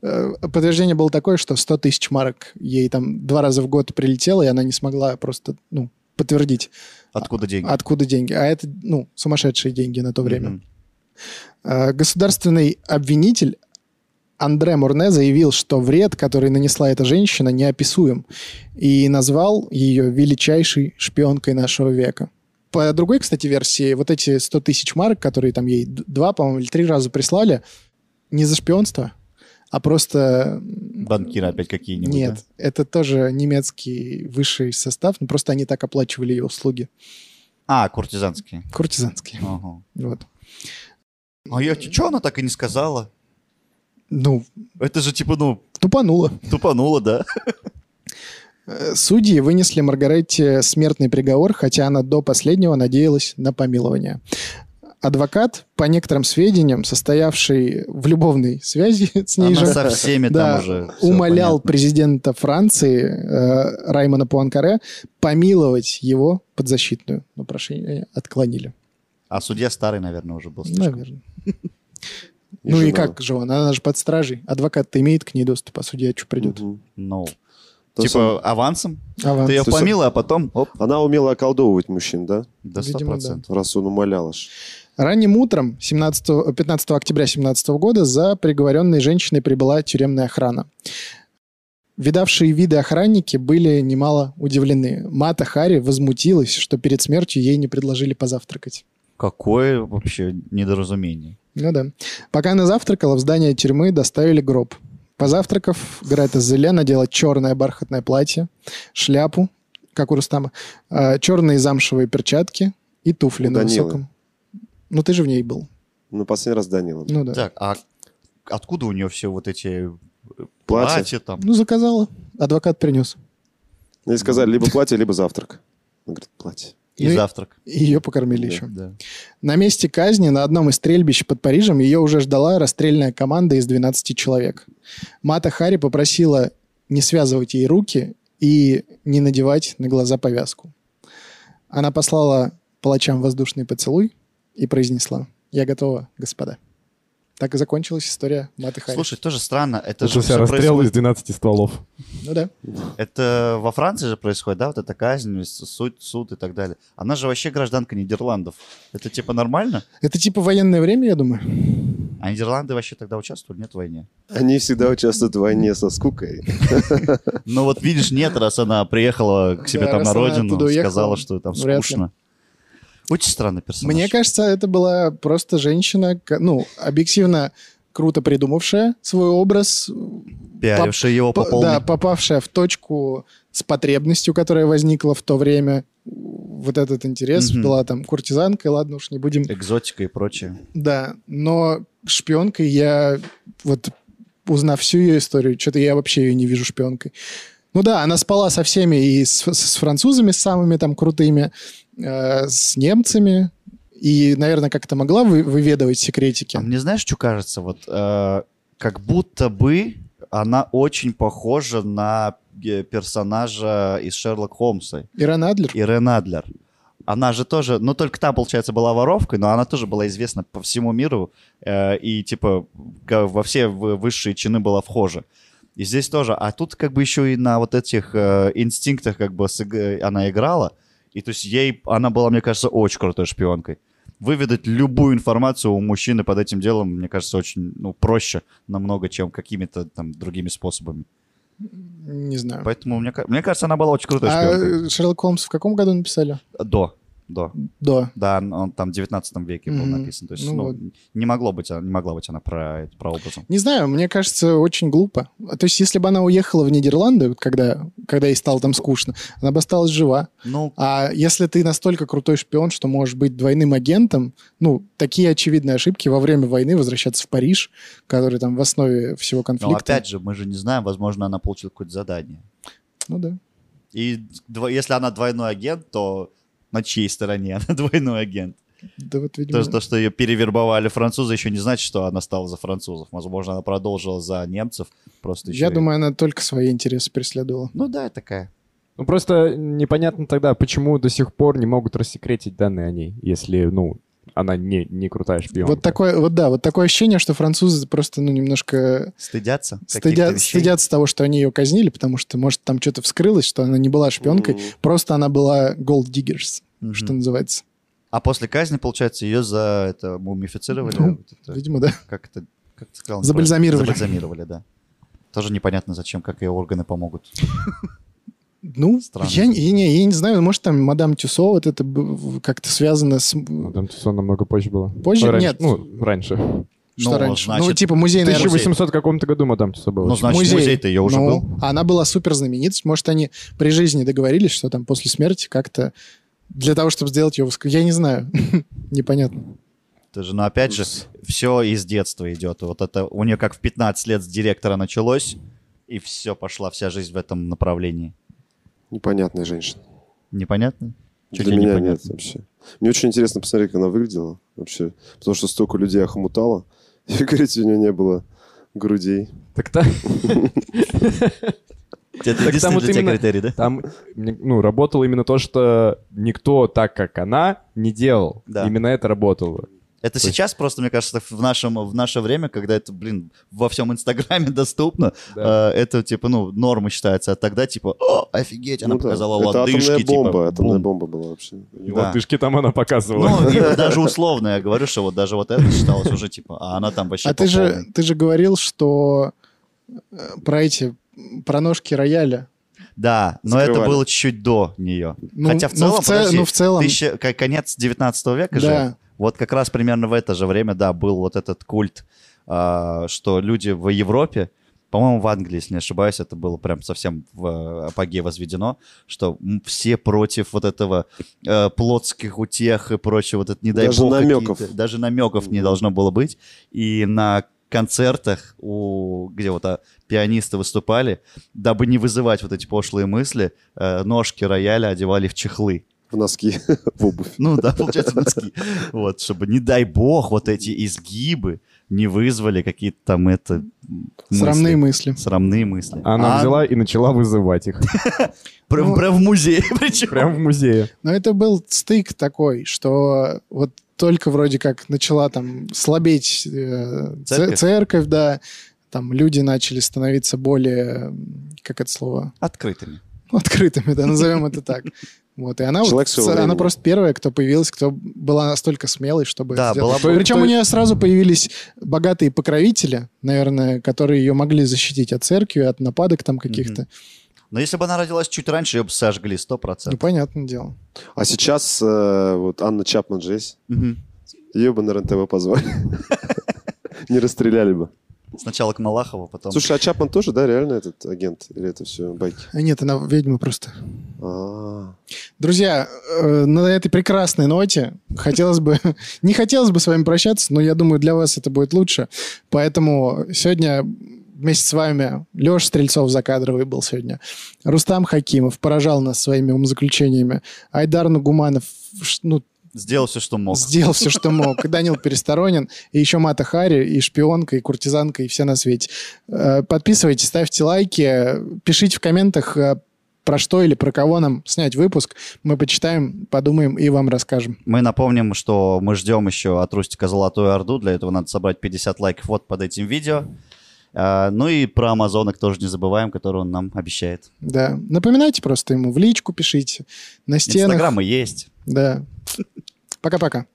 S3: Э, Подтверждение было такое, что 100 тысяч марок ей там два раза в год прилетело, и она не смогла просто ну, подтвердить,
S1: Откуда деньги?
S3: откуда деньги. А это ну, сумасшедшие деньги на то время.
S1: Мгм.
S3: Э, Государственный обвинитель Андре Мурне заявил, что вред, который нанесла эта женщина, неописуем, и назвал ее величайшей шпионкой нашего века. По другой, кстати, версии, вот эти 100 тысяч марок, которые там ей д- два, по-моему, или три раза прислали, не за шпионство, а просто... м,
S1: Банкиры опять какие-нибудь.
S3: Нет, это тоже немецкий высший состав, но просто они так оплачивали ее услуги.
S1: да? А, куртизанские.
S3: Куртизанские.
S1: Ага.
S3: Вот.
S1: А я, что она так и не сказала?
S3: Ну,
S1: Это же типа, ну,
S3: тупанула.
S1: тупанула, да?
S3: Э, Судьи вынесли Маргарете смертный приговор, хотя она до последнего надеялась на помилование. Адвокат, по некоторым сведениям, состоявший в любовной связи с ней
S1: Она
S3: же,
S1: со всеми
S3: да,
S1: там уже. всё
S3: умолял
S1: понятно.
S3: президента Франции э, Раймона Пуанкаре помиловать его подзащитную. Но прошение э, отклонили.
S1: А судья старый, наверное, уже был слишком.
S3: Наверное. Ну и
S4: жена.
S3: как же он? Она же под стражей. Адвокат-то имеет к ней доступ, а судья что придет?
S4: Мгм.
S1: Ну,
S4: То есть
S1: типа авансом?
S3: Аванс.
S1: Ты ее
S4: Слушай,
S1: помила, а потом, оп,
S4: Она умела околдовывать мужчин, да?
S1: до
S3: Видимо,
S1: 100%.
S4: Раз он умолял аж.
S3: Ранним утром 17, 15 октября 2017 года за приговоренной женщиной прибыла тюремная охрана. Видавшие виды охранники были немало удивлены. Мата Хари возмутилась, что перед смертью ей не предложили позавтракать.
S1: Какое вообще недоразумение.
S3: Ну да. Пока она завтракала, в здание тюрьмы доставили гроб. Позавтракав, Грета Зеле надела черное бархатное платье, шляпу, как у Рустама, э, черные а, замшевые перчатки, И туфли
S4: У
S3: на
S4: Данилы.
S3: высоком. Ну, ты же в ней был.
S4: Ну, последний раз с Данилом.
S3: Ну, да.
S1: Так, а откуда у нее все вот эти э,
S4: Платья.
S1: платья там?
S3: Ну, заказала. Адвокат принес.
S4: Ей Ну, сказали либо платье, либо завтрак. Она говорит, платье.
S1: И
S3: Ну,
S1: завтрак.
S3: Ее покормили
S4: Да.
S3: еще.
S1: Да.
S3: На месте казни на одном из стрельбищ под Парижем ее уже ждала расстрельная команда из 12 человек. Мата Хари попросила не связывать ей руки и не надевать на глаза повязку. Она послала палачам воздушный поцелуй и произнесла «Я готова, господа». Так и закончилась история Маты Хари.
S1: Слушай, тоже странно. Это,
S2: Это
S1: же
S2: же
S1: всё
S2: расстрел
S1: происходит-
S2: из 12 стволов.
S3: Ну да.
S1: Это во Франции же происходит, да, вот эта казнь, с- суд, суд и так далее. Она же вообще гражданка Нидерландов. Это типа нормально?
S3: Это типа военное время, я думаю.
S1: А Нидерланды вообще тогда участвовали, нет в войне?
S4: Они всегда участвуют в войне со скукой.
S1: Ну вот видишь, нет, раз она приехала к себе
S3: Да,
S1: там
S3: раз
S1: на
S3: она
S1: родину,
S3: оттуда уехала,
S1: сказала, что там
S3: вряд ли.
S1: скучно. Очень странный персонаж.
S3: Мне кажется, это была просто женщина, ко- ну, объективно круто придумавшая свой образ,
S1: Пиаривший его по
S3: По-
S1: полной.
S3: Да, попавшая в точку с потребностью, которая возникла в то время, вот этот интерес
S1: Мгм.
S3: была там куртизанкой, ладно уж не будем.
S1: Экзотика и прочее.
S3: Да, но шпионкой я вот узнав всю ее историю, что-то я вообще ее не вижу шпионкой. Ну да, она спала со всеми и с, с французами самыми там крутыми, э, с немцами и, наверное, как-то могла вы- выведывать секретики.
S1: А мне знаешь, что кажется? Вот э, как будто бы она очень похожа на э, персонажа из Шерлок Холмса,
S3: Иран Адлер.
S1: Ирен Адлер. Она же тоже, ну только там, получается, была воровкой, но она тоже была известна по всему миру э, и типа ка- во все в- высшие чины была вхожа. И здесь тоже. А тут как бы еще и на вот этих э, инстинктах как бы сыг- она играла. И то есть ей, она была, мне кажется, очень крутой шпионкой. Выведать любую информацию у мужчины под этим делом, мне кажется, очень ну, проще намного, чем какими-то там другими способами.
S3: Не знаю.
S1: Поэтому мне, ка- мне кажется, она была очень крутой
S3: А
S1: шпионкой.
S3: э, Шерлок Холмс в каком году написали?
S1: До, до.
S3: Да.
S1: Да, он- он там в 19 веке был
S3: Мгм.
S1: написан. То есть,
S3: Ну
S1: ну,
S3: вот.
S1: не могло быть, она- не могла быть она про, про образом.
S3: Не знаю, мне кажется, очень глупо. А То есть, если бы она уехала в Нидерланды, вот когда, когда ей стало там скучно, она бы осталась жива.
S1: Ну,
S3: А если ты настолько крутой шпион, что можешь быть двойным агентом, ну, такие очевидные ошибки во время войны возвращаться в Париж, который там в основе всего
S1: но
S3: конфликта.
S1: Ну, опять же, мы же не знаем, возможно, она получила какое-то задание.
S3: Ну да.
S1: И дво- если она двойной агент, то на чьей стороне она двойной агент?
S3: Да вот, видимо,
S1: То, что- то, что ее перевербовали французы, еще не значит, что она стала за французов. Возможно, она продолжила за немцев. Просто еще
S3: я
S1: и-
S3: думаю, она только свои интересы преследовала.
S1: Ну да, такая.
S2: Ну, просто непонятно тогда, почему до сих пор не могут рассекретить данные о ней, если, ну, она не, не крутая шпионка.
S3: Вот такое, вот да, вот такое ощущение, что французы просто, ну, немножко
S1: Стыдятся? каких-то
S3: Стыдя-
S1: вещей?
S3: стыдятся того, что они ее казнили, потому что, может, там что-то вскрылось, что она не была шпионкой,
S4: Мгм.
S3: просто она была gold diggers,
S1: Мгм.
S3: что называется.
S1: А после казни, получается, ее за это мумифицировали?
S3: Ну,
S1: Вот это-
S3: Видимо, да.
S1: как это, как ты сказал?
S3: Забальзамировали.
S1: Забальзамировали, да. Тоже непонятно, зачем, как ее органы помогут.
S3: Ну,
S1: Странно.
S3: я, я не, я не знаю, может, там мадам Тюсо, вот это б- как-то связано с...
S2: Ну, Там Тюсон намного позже было.
S3: Позже?
S2: Ну, раньше-
S3: Нет.
S2: Ну, раньше.
S3: Что
S1: Ну,
S3: раньше?
S1: значит-
S3: ну, типа музей,
S2: В
S3: наверное,
S2: 1800 каком-то году Мадам Тюсо было.
S1: Ну, значит, музей. то ее уже
S3: Ну,
S1: был.
S3: Она была супер знаменитость. Может, они при жизни договорились, что там после смерти как-то для того, чтобы сделать ее... воск- Я не знаю. Непонятно.
S1: Это же, но опять же, все из детства идет. Вот это у нее как в 15 лет с директора началось, и все, пошла вся жизнь в этом направлении.
S4: Непонятная женщина.
S1: Непонятно? Чё
S4: Для
S1: тебе
S4: меня
S1: непонятно?
S4: нет вообще. Мне очень интересно посмотреть, как она выглядела вообще. Потому что столько людей охмутало. И, говорите, у нее не было грудей.
S2: Так та-
S1: Это
S2: Так там
S1: единственный
S2: вот
S1: для тебя
S2: именно-
S1: критерий, да?
S2: там, мне, ну, работало именно то, что никто так, как она, не делал.
S1: Да.
S2: Именно это работало.
S1: Это
S2: То есть-
S1: сейчас просто, мне кажется, в, нашем, в наше время, когда это, блин, во всем Инстаграме доступно,
S2: Да.
S1: э, это, типа, ну, норма считается. А тогда, типа, о, офигеть, она
S4: Ну да.
S1: показала
S4: Это
S1: лодыжки,
S4: атомная
S1: типа,
S4: бомба. Атомная
S1: бум.
S4: бомба была вообще.
S2: И
S1: Да.
S2: лодыжки там она показывала.
S1: Ну, и даже условно, я говорю, что вот даже вот это считалось уже, типа, а она там вообще
S3: А
S1: по
S3: ты же,
S1: полной.
S3: ты же говорил, что э, про эти м, про ножки рояля.
S1: Да, но это
S4: Закрывали.
S1: было чуть-чуть до нее.
S3: Ну,
S1: Хотя в
S3: ну,
S1: целом,
S3: в ц-
S1: подожди,
S3: ну, в целом.
S1: тысяча- к- конец 19 века же,
S3: Да.
S1: вот как раз примерно в это же время, да, был вот этот культ, а, что люди в Европе По-моему, в Англии, если не ошибаюсь, это было прям совсем в э, апогее возведено, что м, все против вот этого э, плотских утех и прочего, вот это не дай
S4: Даже
S1: бог,
S4: намеков.
S1: какие-то- даже намеков не должно было быть. И на концертах, у, где вот а, пианисты выступали, дабы не вызывать вот эти пошлые мысли, э, ножки рояля одевали в чехлы.
S4: В носки, в обувь.
S1: Ну да, получается носки. Вот, чтобы, не дай бог, вот эти изгибы не вызвали какие-то там это... м,
S3: Срамные
S1: мысли.
S3: мысли.
S1: Срамные мысли.
S2: Она
S1: А,
S2: взяла и начала вызывать их.
S1: Прям,
S3: Ну,
S1: прям в музее причем.
S2: Прям в музее.
S3: Но это был стык такой, что вот только вроде как начала там слабеть э, ц-
S1: Церковь?
S3: церковь. да, там люди начали становиться более, м, как это слово,
S1: Открытыми.
S3: открытыми, да, назовем это так. Вот, и она, вот
S4: Человек своего
S3: ц- она
S4: времени.
S3: просто первая, кто появилась, кто была настолько смелой, чтобы
S1: Да,
S3: это сделать.
S1: была
S2: бы-
S3: Причем
S2: то
S3: у
S2: есть-
S3: нее сразу появились богатые покровители, наверное, которые ее могли защитить от церкви, от нападок там каких-то.
S1: Но если бы она родилась чуть раньше, ее бы сожгли
S3: Ну,
S1: 100%.
S3: понятное дело.
S4: А сейчас э, вот Анна Чапман же есть.
S1: Мгм.
S4: Ее бы на РНТВ позвали. Не расстреляли бы.
S1: Сначала к Малахову, потом...
S4: Слушай, а Чапман тоже, да, реально этот агент? Или это все байки?
S3: А Нет, она ведьма просто.
S4: А,
S3: Друзья, э, на этой прекрасной ноте хотелось бы, не хотелось бы с вами прощаться, но я думаю, для вас это будет лучше. Поэтому сегодня вместе с вами Леша Стрельцов закадровый был сегодня. Рустам Хакимов поражал нас своими умозаключениями. Айдар Нагуманов ш- ну,
S1: Сделал все, что мог.
S3: сделал все, что мог. И Данил Пересторонин, и еще Мата Хари, и Шпионка, и Куртизанка, и все на свете. Э, Подписывайтесь, ставьте лайки, э, пишите в комментах, э, про что или про кого нам снять выпуск. Мы почитаем, подумаем и вам расскажем.
S1: Мы напомним, что мы ждем еще от Рустика Золотую Орду. Для этого надо собрать 50 лайков вот под этим видео. А, Ну и про Амазонок тоже не забываем, который он нам обещает.
S3: Да. Напоминайте просто ему, в личку пишите, на стенах.
S1: Инстаграмы есть.
S3: Да. Пока-пока.